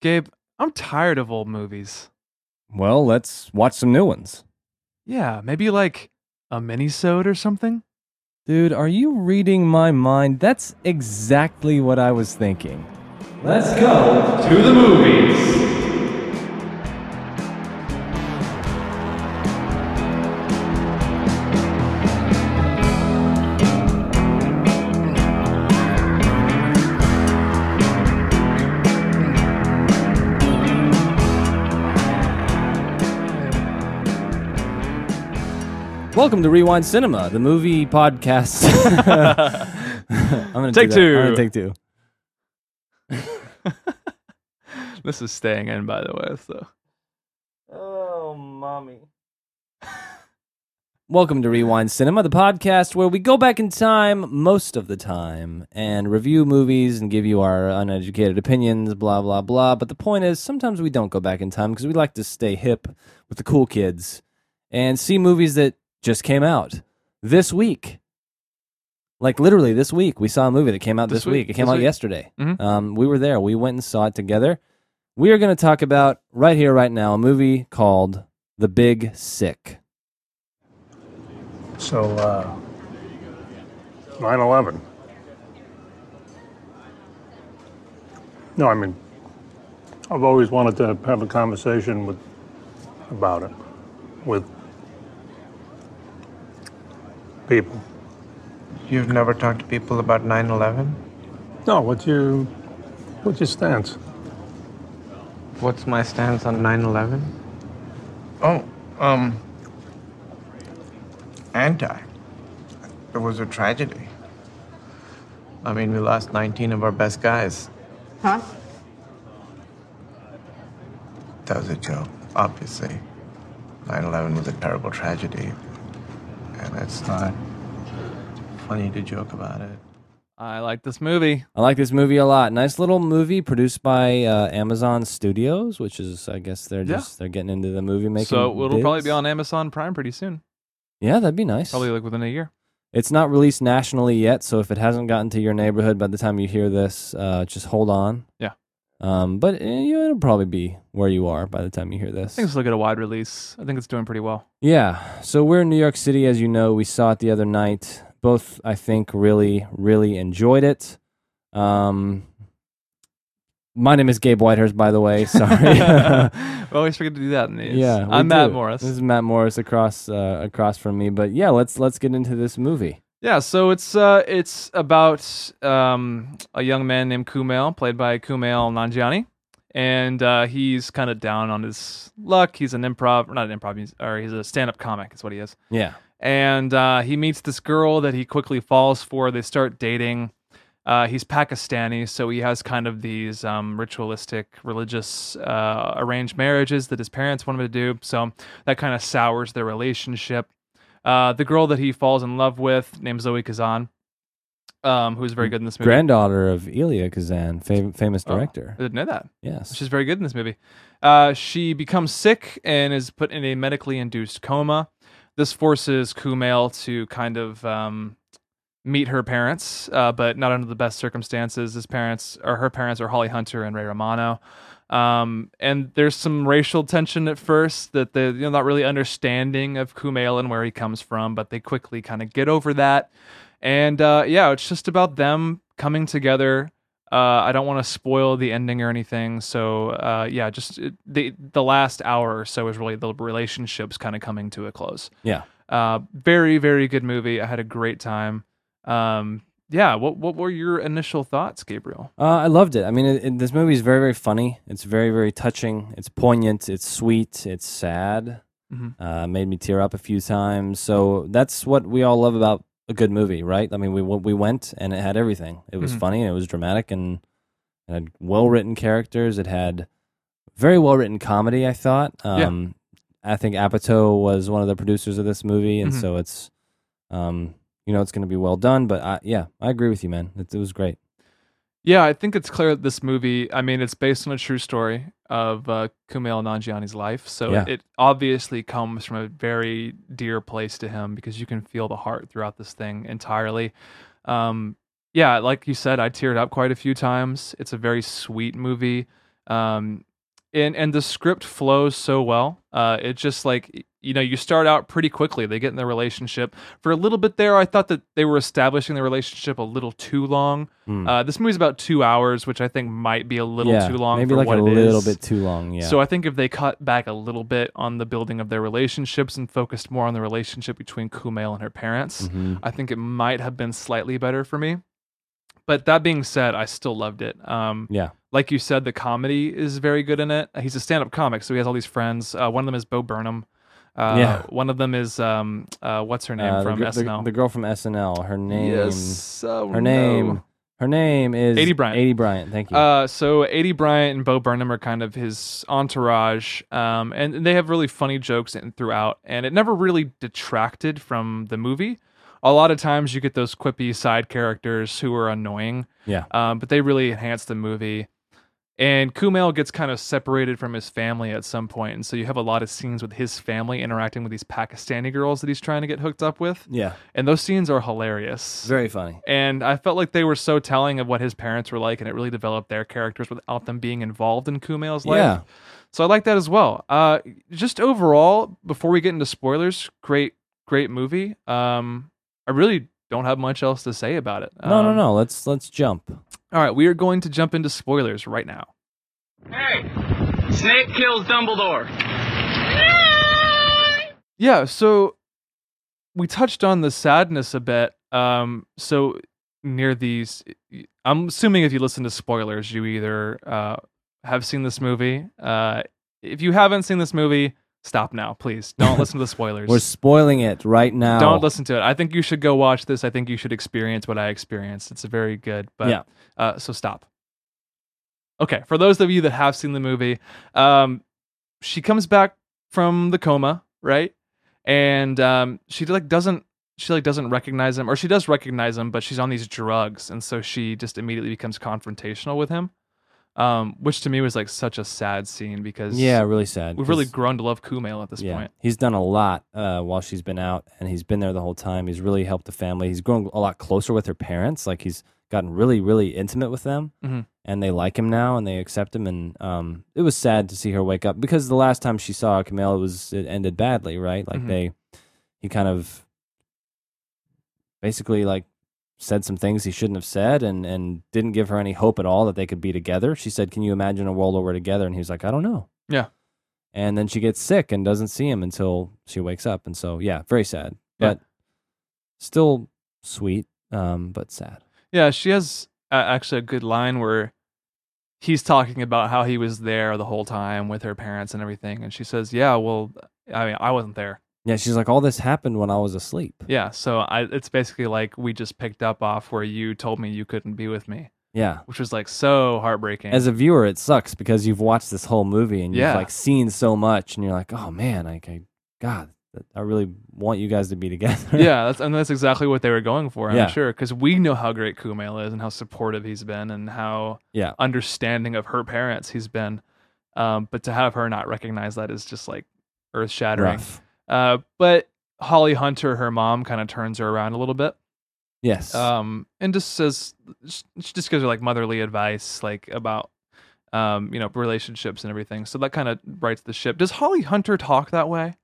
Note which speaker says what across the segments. Speaker 1: Gabe, I'm tired of old movies.
Speaker 2: Well, let's watch some new ones.
Speaker 1: Yeah, maybe like a minisode or something.
Speaker 2: Dude, are you reading my mind? That's exactly what I was thinking. Let's go to the movies. Welcome to Rewind Cinema, the movie podcast. I'm gonna
Speaker 1: Take
Speaker 2: do that. I'm
Speaker 1: two.
Speaker 2: gonna take two.
Speaker 1: This is staying in, by the way. So
Speaker 2: Oh, mommy. Welcome to Rewind Cinema, the podcast where we go back in time most of the time and review movies and give you our uneducated opinions, blah, blah, blah. But the point is, sometimes we don't go back in time because we like to stay hip with the cool kids and see movies that just came out this week. Like literally this week, we saw a movie that came out this,
Speaker 1: This
Speaker 2: week.
Speaker 1: week,
Speaker 2: It came
Speaker 1: this
Speaker 2: out
Speaker 1: week.
Speaker 2: yesterday.
Speaker 1: Mhm.
Speaker 2: Um, we were there. We went and saw it together. We are going to talk about right here, right now, a movie called The Big Sick.
Speaker 3: So, uh, 9 11. No, I mean, I've always wanted to have a conversation with about it with people.
Speaker 4: You've never talked to people about 9 11?
Speaker 3: No, what's your what's your stance?
Speaker 4: What's my stance on 9 11? Oh, um. Anti. It was a tragedy. I mean, we lost 19 of our best guys.
Speaker 5: Huh?
Speaker 4: That was a joke, obviously. 9 11 was a terrible tragedy. And it's not funny to joke about it.
Speaker 1: I like this movie.
Speaker 2: I like this movie a lot. Nice little movie produced by uh, Amazon Studios, which is, I guess, they're
Speaker 1: Yeah.
Speaker 2: just they're getting into the movie making.
Speaker 1: so it'll probably
Speaker 2: biz.
Speaker 1: be on Amazon Prime pretty soon.
Speaker 2: Yeah, that'd be nice.
Speaker 1: Probably like within a year.
Speaker 2: It's not released nationally yet, so if it hasn't gotten to your neighborhood by the time you hear this, uh, just hold on.
Speaker 1: Yeah.
Speaker 2: Um, but eh, you know, it'll probably be where you are by the time you hear this.
Speaker 1: I think it's look at a wide release. I think it's doing pretty well.
Speaker 2: Yeah. So we're in New York City, as you know. We saw it the other night. Both, I think, really, really enjoyed it. Um, my name is Gabe Whitehurst, by the way. Sorry.
Speaker 1: We always forget to do that in these.
Speaker 2: yeah, we
Speaker 1: I'm Matt
Speaker 2: do.
Speaker 1: Morris.
Speaker 2: This is Matt Morris across uh, across from me. But yeah, let's let's get into this movie.
Speaker 1: Yeah, so it's uh, it's about um, a young man named Kumail, played by Kumail Nanjiani, and uh, he's kind of down on his luck. He's an improv, or not an improv, he's, or he's a stand-up comic. Is what he is,
Speaker 2: Yeah.
Speaker 1: and uh, he meets this girl that he quickly falls for. They start dating. Uh, he's Pakistani, so he has kind of these um, ritualistic, religious uh, arranged marriages that his parents want him to do. So that kind of sours their relationship. Uh, the girl that he falls in love with, named Zoe Kazan, um, who's very good in this movie.
Speaker 2: Granddaughter of Elia Kazan, fam- famous
Speaker 1: Oh,
Speaker 2: director.
Speaker 1: I didn't know that.
Speaker 2: yes.
Speaker 1: She's very good in this movie. Uh, she becomes sick and is put in a medically induced coma. This forces Kumail to kind of um, meet her parents, uh, but not under the best circumstances. His parents, or her parents, are Holly Hunter and Ray Romano. Um, and there's some racial tension at first that they're you know, not really understanding of Kumail and where he comes from, but they quickly kind of get over that. And uh, yeah, it's just about them coming together. Uh, I don't want to spoil the ending or anything, so uh, yeah, just it, the the last hour or so is really the relationships kind of coming to a close.
Speaker 2: Yeah.
Speaker 1: Uh, very very good movie. I had a great time. Um, yeah, what what were your initial thoughts, Gabriel?
Speaker 2: Uh, I loved it. I mean, it, it, this movie is very, very funny. It's very, very touching. It's poignant. It's sweet. It's sad.
Speaker 1: Mhm.
Speaker 2: Uh, made me tear up a few times. So that's what we all love about a good movie, right? I mean, we we went and it had everything. It was
Speaker 1: Mhm.
Speaker 2: funny. And it was dramatic and it had well written characters. It had very well written comedy. I thought.
Speaker 1: Yeah.
Speaker 2: Um, I think Apatow was one of the producers of this movie, and
Speaker 1: Mhm.
Speaker 2: so it's, um, you know, it's going to be well done. But I, yeah, I agree with you, man. It, it was great.
Speaker 1: Yeah, I think it's clear that this movie, I mean, it's based on a true story of uh, Kumail Nanjiani's life. So
Speaker 2: Yeah.
Speaker 1: it obviously comes from a very dear place to him because you can feel the heart throughout this thing entirely. Um, yeah, like you said, I teared up quite a few times. It's a very sweet movie. Um, and and the script flows so well. Uh, it just like you know you start out pretty quickly. They get in their relationship for a little bit there. I thought that they were establishing the relationship a little too long.
Speaker 2: Hmm.
Speaker 1: Uh, this movie's about two hours, which I think might be a little
Speaker 2: Yeah,
Speaker 1: too long.
Speaker 2: Maybe
Speaker 1: for
Speaker 2: like
Speaker 1: what
Speaker 2: a
Speaker 1: it is.
Speaker 2: little bit too long. Yeah.
Speaker 1: So uh, I think if they cut back a little bit on the building of their relationships and focused more on the relationship between Kumail and her parents,
Speaker 2: Mhm.
Speaker 1: I think it might have been slightly better for me. But that being said, I still loved it. Um,
Speaker 2: Yeah.
Speaker 1: like you said, the comedy is very good in it. He's a stand-up comic, so he has all these friends. Uh, one of them is Bo Burnham. Uh,
Speaker 2: Yeah.
Speaker 1: One of them is um, uh, what's her name
Speaker 2: Uh, the
Speaker 1: from
Speaker 2: gr- the,
Speaker 1: SNL?
Speaker 2: The, girl from SNL. Her name.
Speaker 1: Yes. Oh, no.
Speaker 2: Her name. Her name is
Speaker 1: A.D. Bryant.
Speaker 2: A.D. Bryant. Thank you.
Speaker 1: Uh, so A.D. Bryant and Bo Burnham are kind of his entourage, um, and they have really funny jokes in, throughout, and it never really detracted from the movie. A lot of times you get those quippy side characters who are annoying,
Speaker 2: yeah.
Speaker 1: um, but they really enhance the movie. And Kumail gets kind of separated from his family at some point, and so you have a lot of scenes with his family interacting with these Pakistani girls that he's trying to get hooked up with,
Speaker 2: Yeah.
Speaker 1: and those scenes are hilarious
Speaker 2: Very funny.
Speaker 1: and I felt like they were so telling of what his parents were like, and it really developed their characters without them being involved in Kumail's life.
Speaker 2: Yeah.
Speaker 1: So I like that as well. Uh, just overall, before we get into spoilers, great, great movie. Um, I really don't have much else to say about it.
Speaker 2: No, no,
Speaker 1: Um,
Speaker 2: no. Let's let's jump.
Speaker 1: All right, we are going to jump into spoilers right now.
Speaker 5: Hey, Snape kills Dumbledore.
Speaker 1: Yeah, so we touched on the sadness a bit. Um, so near these, I'm assuming if you listen to spoilers, you either uh, have seen this movie. Uh, if you haven't seen this movie, stop now, please. Don't listen to the spoilers.
Speaker 2: We're spoiling it right now.
Speaker 1: Don't listen to it. I think you should go watch this. I think you should experience what I experienced. It's very good, but
Speaker 2: Yeah.
Speaker 1: uh, so stop. Okay, for those of you that have seen the movie, um, she comes back from the coma, right? And um, she like doesn't she like doesn't recognize him, or she does recognize him, but she's on these drugs, and so she just immediately becomes confrontational with him, um, which to me was like such a sad scene because
Speaker 2: Yeah, really sad.
Speaker 1: we've really
Speaker 2: 'cause-
Speaker 1: grown to love Kumail at this
Speaker 2: yeah,
Speaker 1: point.
Speaker 2: he's done a lot uh, while she's been out, and he's been there the whole time. He's really helped the family. He's grown a lot closer with her parents. Like he's gotten really, really intimate with them,
Speaker 1: Mhm.
Speaker 2: and they like him now, and they accept him. And um, it was sad to see her wake up because the last time she saw Camille, it was it ended badly, right? Like
Speaker 1: Mhm.
Speaker 2: they, he kind of basically like said some things he shouldn't have said and and didn't give her any hope at all that they could be together. She said, "Can you imagine a world where we're together?" And he was like, "I don't know."
Speaker 1: Yeah.
Speaker 2: And then she gets sick and doesn't see him until she wakes up. And so, yeah, very sad,
Speaker 1: Yeah.
Speaker 2: but still sweet, um, but sad.
Speaker 1: Yeah, she has uh, actually a good line where he's talking about how he was there the whole time with her parents and everything, and she says, "Yeah, well, I mean, I wasn't there."
Speaker 2: Yeah, she's like, all this happened when I was asleep.
Speaker 1: Yeah, so I, it's basically like we just picked up off where you told me you couldn't be with me,
Speaker 2: Yeah.
Speaker 1: which was like so heartbreaking.
Speaker 2: As a viewer, it sucks because you've watched this whole movie and you've
Speaker 1: Yeah.
Speaker 2: like seen so much, and you're like, oh man, I, I God, I really want you guys to be together.
Speaker 1: yeah, that's, and that's exactly what they were going for, I'm
Speaker 2: Yeah.
Speaker 1: sure, because we know how great Kumail is and how supportive he's been and how
Speaker 2: yeah.
Speaker 1: understanding of her parents he's been. Um, but to have her not recognize that is just like earth shattering.
Speaker 2: Rough.
Speaker 1: Uh, but Holly Hunter, her mom, kind of turns her around a little bit,
Speaker 2: Yes.
Speaker 1: um, and just says she just gives her like motherly advice, like about um, you know relationships and everything. So that kind of rights the ship. Does Holly Hunter talk that way?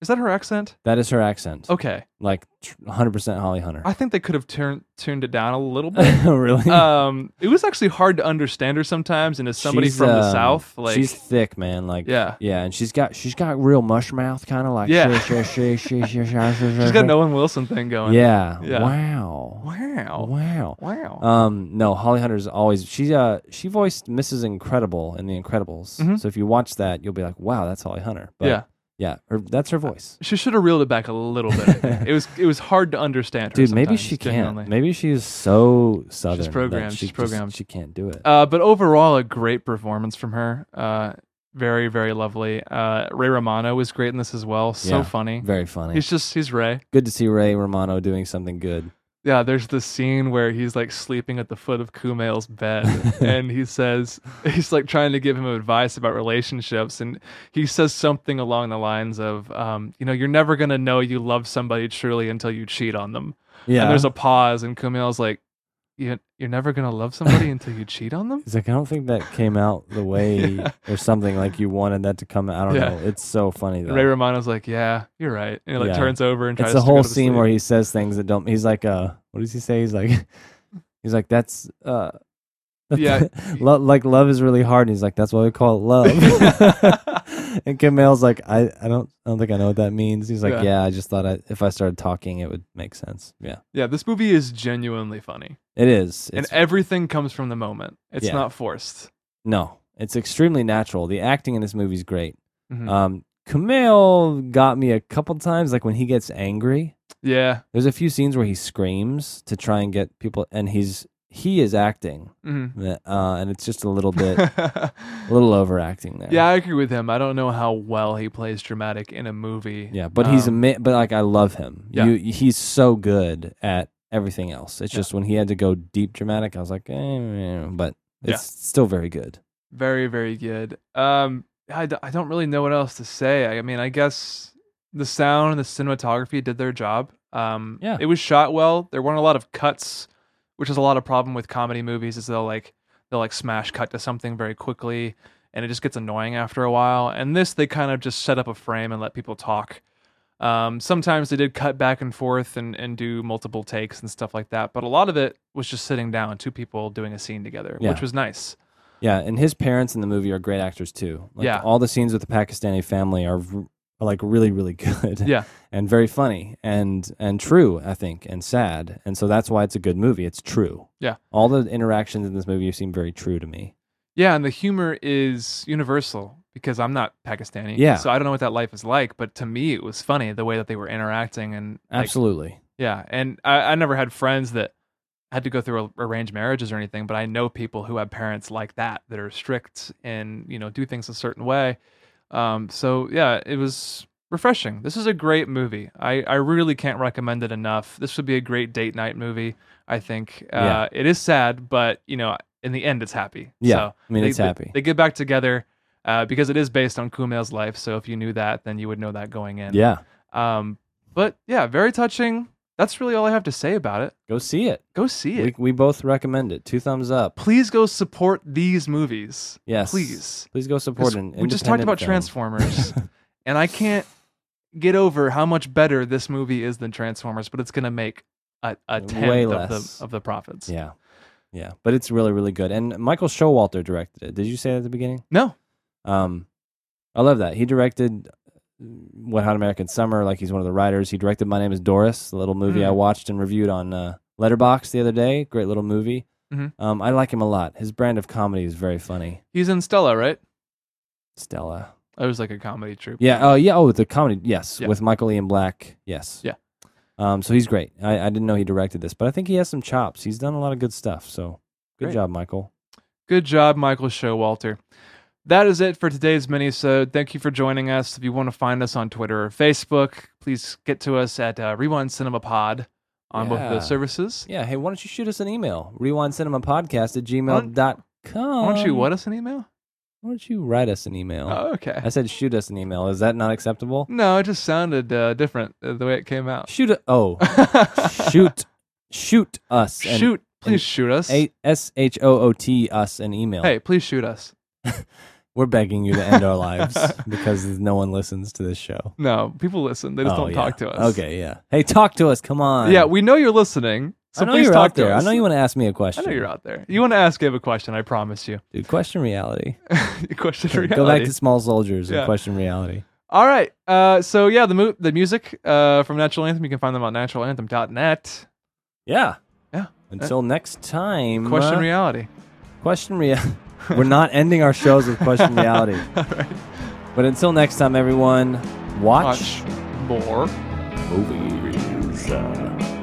Speaker 1: Is that her accent?
Speaker 2: that is her accent.
Speaker 1: Okay,
Speaker 2: Like tr- 100% Holly Hunter.
Speaker 1: I think they could have turned tuned it down a little bit.
Speaker 2: really?
Speaker 1: um, it was actually hard to understand her sometimes, and as somebody
Speaker 2: She's,
Speaker 1: from the
Speaker 2: um,
Speaker 1: south, like
Speaker 2: she's thick, man. Like
Speaker 1: Yeah.
Speaker 2: yeah, and she's got she's got real mush mouth, kind of like
Speaker 1: Yeah.
Speaker 2: "Shh, shh, shh, shh, shh, shh, shh,
Speaker 1: she's
Speaker 2: shh,
Speaker 1: got
Speaker 2: shh."
Speaker 1: an Owen Wilson thing going.
Speaker 2: Yeah.
Speaker 1: Yeah.
Speaker 2: Wow.
Speaker 1: Wow.
Speaker 2: Wow.
Speaker 1: Wow.
Speaker 2: Um, no, Holly Hunter's always she uh she voiced Mrs. Incredible in The Incredibles.
Speaker 1: Mhm.
Speaker 2: So if you watch that, you'll be like, wow, that's Holly Hunter. But
Speaker 1: yeah.
Speaker 2: yeah, her, that's her voice.
Speaker 1: She should have reeled it back a little bit. I think. it was it was hard to understand her.
Speaker 2: Dude, maybe
Speaker 1: sometimes,
Speaker 2: she can't.
Speaker 1: genuinely.
Speaker 2: Maybe she is so southern. that
Speaker 1: programmed.
Speaker 2: she
Speaker 1: She's
Speaker 2: just-
Speaker 1: programmed.
Speaker 2: she can't do it.
Speaker 1: Uh, but overall, a great performance from her. Uh, very very lovely. Uh, Ray Romano was great in this as well. So
Speaker 2: Yeah.
Speaker 1: funny.
Speaker 2: Very funny.
Speaker 1: He's just he's Ray.
Speaker 2: Good to see Ray Romano doing something good.
Speaker 1: Yeah, there's this scene where he's like sleeping at the foot of Kumail's bed, and he says he's like trying to give him advice about relationships, and he says something along the lines of, um, "You know, you're never gonna know you love somebody truly until you cheat on them."
Speaker 2: Yeah.
Speaker 1: And there's a pause, and Kumail's like, you you're never gonna love somebody until you cheat on them.
Speaker 2: He's like, I don't think that came out the way
Speaker 1: Yeah.
Speaker 2: or something like you wanted that to come out. I don't
Speaker 1: Yeah.
Speaker 2: know. It's so funny though.
Speaker 1: Ray Romano's like, yeah, you're right, and he like
Speaker 2: Yeah.
Speaker 1: turns over and tries.
Speaker 2: it's the
Speaker 1: to
Speaker 2: whole
Speaker 1: go to
Speaker 2: scene
Speaker 1: sleep.
Speaker 2: where he says things that don't. He's like, uh, what does he say? He's like, he's like, that's uh,
Speaker 1: Yeah.
Speaker 2: lo- like love is really hard. And he's like, that's why we call it love. and Kamel's like, I, I don't, I don't think I know what that means. He's like,
Speaker 1: Yeah.
Speaker 2: yeah, I just thought I, if I started talking, it would make sense. Yeah,
Speaker 1: yeah, this movie is genuinely funny,
Speaker 2: it is.
Speaker 1: and
Speaker 2: It's,
Speaker 1: everything comes from the moment. It's
Speaker 2: Yeah.
Speaker 1: not forced.
Speaker 2: no, it's extremely natural. The acting in this movie is great.
Speaker 1: Mhm.
Speaker 2: Um, Camille got me a couple times, like when he gets angry.
Speaker 1: yeah,
Speaker 2: There's a few scenes where he screams to try and get people, and he's he is acting,
Speaker 1: Mhm.
Speaker 2: uh, and it's just a little bit, a little overacting there.
Speaker 1: Mm-hmm. yeah, I agree with him. I don't know how well he plays dramatic in a movie.
Speaker 2: yeah, but he's a
Speaker 1: Um,
Speaker 2: ama- but like I love him.
Speaker 1: Yeah.
Speaker 2: You, he's so good at everything else. It's just when he had to go deep dramatic, I was like, eh, eh, but it's
Speaker 1: Yeah.
Speaker 2: still very good.
Speaker 1: Very, very good. Um, I, d- I don't really know what else to say. I, I mean, I guess the sound and the cinematography did their job. Um,
Speaker 2: Yeah.
Speaker 1: it was shot well. There weren't a lot of cuts, which is a lot of problem with comedy movies. Is they'll like they'll like smash cut to something very quickly, and it just gets annoying after a while. And this, they kind of just set up a frame and let people talk. Um, sometimes they did cut back and forth and, and do multiple takes and stuff like that, but a lot of it was just sitting down, two people doing a scene together,
Speaker 2: Yeah.
Speaker 1: which was nice.
Speaker 2: Yeah, and his parents in the movie are great actors too. Like,
Speaker 1: Yeah.
Speaker 2: all the scenes with the Pakistani family are, v- are like really, really good.
Speaker 1: Yeah.
Speaker 2: and very funny and and true i think and sad and so that's why it's a good movie it's true
Speaker 1: Yeah.
Speaker 2: all the interactions in this movie seem very true to me
Speaker 1: Yeah, and the humor is universal because I'm not Pakistani.
Speaker 2: Yeah.
Speaker 1: So I don't know what that life is like, but to me it was funny the way that they were interacting and like,
Speaker 2: absolutely
Speaker 1: yeah. And I, I never had friends that had to go through a- arranged marriages or anything, but I know people who have parents like that that are strict and, you know, do things a certain way. Um, so yeah, it was refreshing. This is a great movie. I, I really can't recommend it enough. This would be a great date night movie, I think. Uh, it is sad, but you know, in the end it's happy.
Speaker 2: yeah
Speaker 1: So,
Speaker 2: i mean
Speaker 1: they,
Speaker 2: it's
Speaker 1: they-
Speaker 2: happy
Speaker 1: They get back together uh, because it is based on Kumail's life. So if you knew that, then you would know that going in.
Speaker 2: yeah
Speaker 1: Um, but yeah, very touching. That's really all I have to say about it.
Speaker 2: go see it
Speaker 1: Go see it.
Speaker 2: we, we both recommend it two thumbs up
Speaker 1: Please go support these movies.
Speaker 2: yes
Speaker 1: Please.
Speaker 2: please go
Speaker 1: 'Cause
Speaker 2: support an
Speaker 1: We just talked
Speaker 2: independent
Speaker 1: about
Speaker 2: film.
Speaker 1: Transformers, and I can't get over how much better this movie is than Transformers, but it's going to make a, a tenth
Speaker 2: Way
Speaker 1: of
Speaker 2: less.
Speaker 1: the, of the profits.
Speaker 2: yeah yeah but it's really really good and michael showalter directed it did you say that at the beginning
Speaker 1: No.
Speaker 2: Um, I love that he directed uh, What Hot American Summer. Like he's one of the writers. He directed My Name Is Doris, the little movie I
Speaker 1: Mm.
Speaker 2: watched and reviewed on uh, Letterbox the other day. Great little movie.
Speaker 1: Mhm.
Speaker 2: Um, I like him a lot. His brand of comedy is very funny.
Speaker 1: He's in Stella, right?
Speaker 2: Stella.
Speaker 1: It was like a comedy troupe.
Speaker 2: Yeah. Oh, yeah. Oh, the comedy. Yes,
Speaker 1: Yeah.
Speaker 2: with Michael Ian Black. Yes.
Speaker 1: Yeah.
Speaker 2: Um, so he's great. I, I didn't know he directed this, but I think he has some chops. He's done a lot of good stuff. So good
Speaker 1: Great.
Speaker 2: job, Michael.
Speaker 1: Good job, Michael Showalter. That is it for today's minisode. Thank you for joining us. If you want to find us on Twitter or Facebook, please get to us at uh, Rewind Cinema Pod on both of
Speaker 2: Yeah.
Speaker 1: those services.
Speaker 2: Yeah. Hey, why don't you shoot us an email? Rewind Cinema Podcast at gmail.com.
Speaker 1: Why don't you what us an email?
Speaker 2: Why don't you write us an email?
Speaker 1: Oh, okay.
Speaker 2: I said shoot us an email. Is that not acceptable?
Speaker 1: No, it just sounded uh, different uh, the way it came out.
Speaker 2: Shoot a- oh shoot shoot us an-
Speaker 1: shoot.
Speaker 2: and
Speaker 1: Please shoot us.
Speaker 2: a s h o o t us an email.
Speaker 1: Hey, please shoot us.
Speaker 2: We're begging you to end our lives because no one listens to this show.
Speaker 1: No, people listen. They just
Speaker 2: Oh,
Speaker 1: don't
Speaker 2: yeah.
Speaker 1: talk to us.
Speaker 2: Okay, yeah. Hey, talk to us. Come on.
Speaker 1: Yeah, we know you're listening. So
Speaker 2: I know
Speaker 1: please
Speaker 2: you're
Speaker 1: talk
Speaker 2: out there.
Speaker 1: to us.
Speaker 2: I know you want to ask me a
Speaker 1: I
Speaker 2: question.
Speaker 1: know you're out there. You want to ask Gabe a question, I promise you.
Speaker 2: Dude, question reality.
Speaker 1: question
Speaker 2: Go back
Speaker 1: reality.
Speaker 2: to small soldiers and
Speaker 1: Yeah.
Speaker 2: question reality.
Speaker 1: All right. Uh, so yeah, the mu- the music uh, from Natural Anthem, you can find them on naturalanthem.net.
Speaker 2: Yeah.
Speaker 1: Yeah.
Speaker 2: Until next time.
Speaker 1: Uh, Question
Speaker 2: uh,
Speaker 1: reality.
Speaker 2: Question reality. We're not ending our shows with question reality.
Speaker 1: All right.
Speaker 2: But until next time, everyone, watch,
Speaker 1: Watch more.
Speaker 2: movies.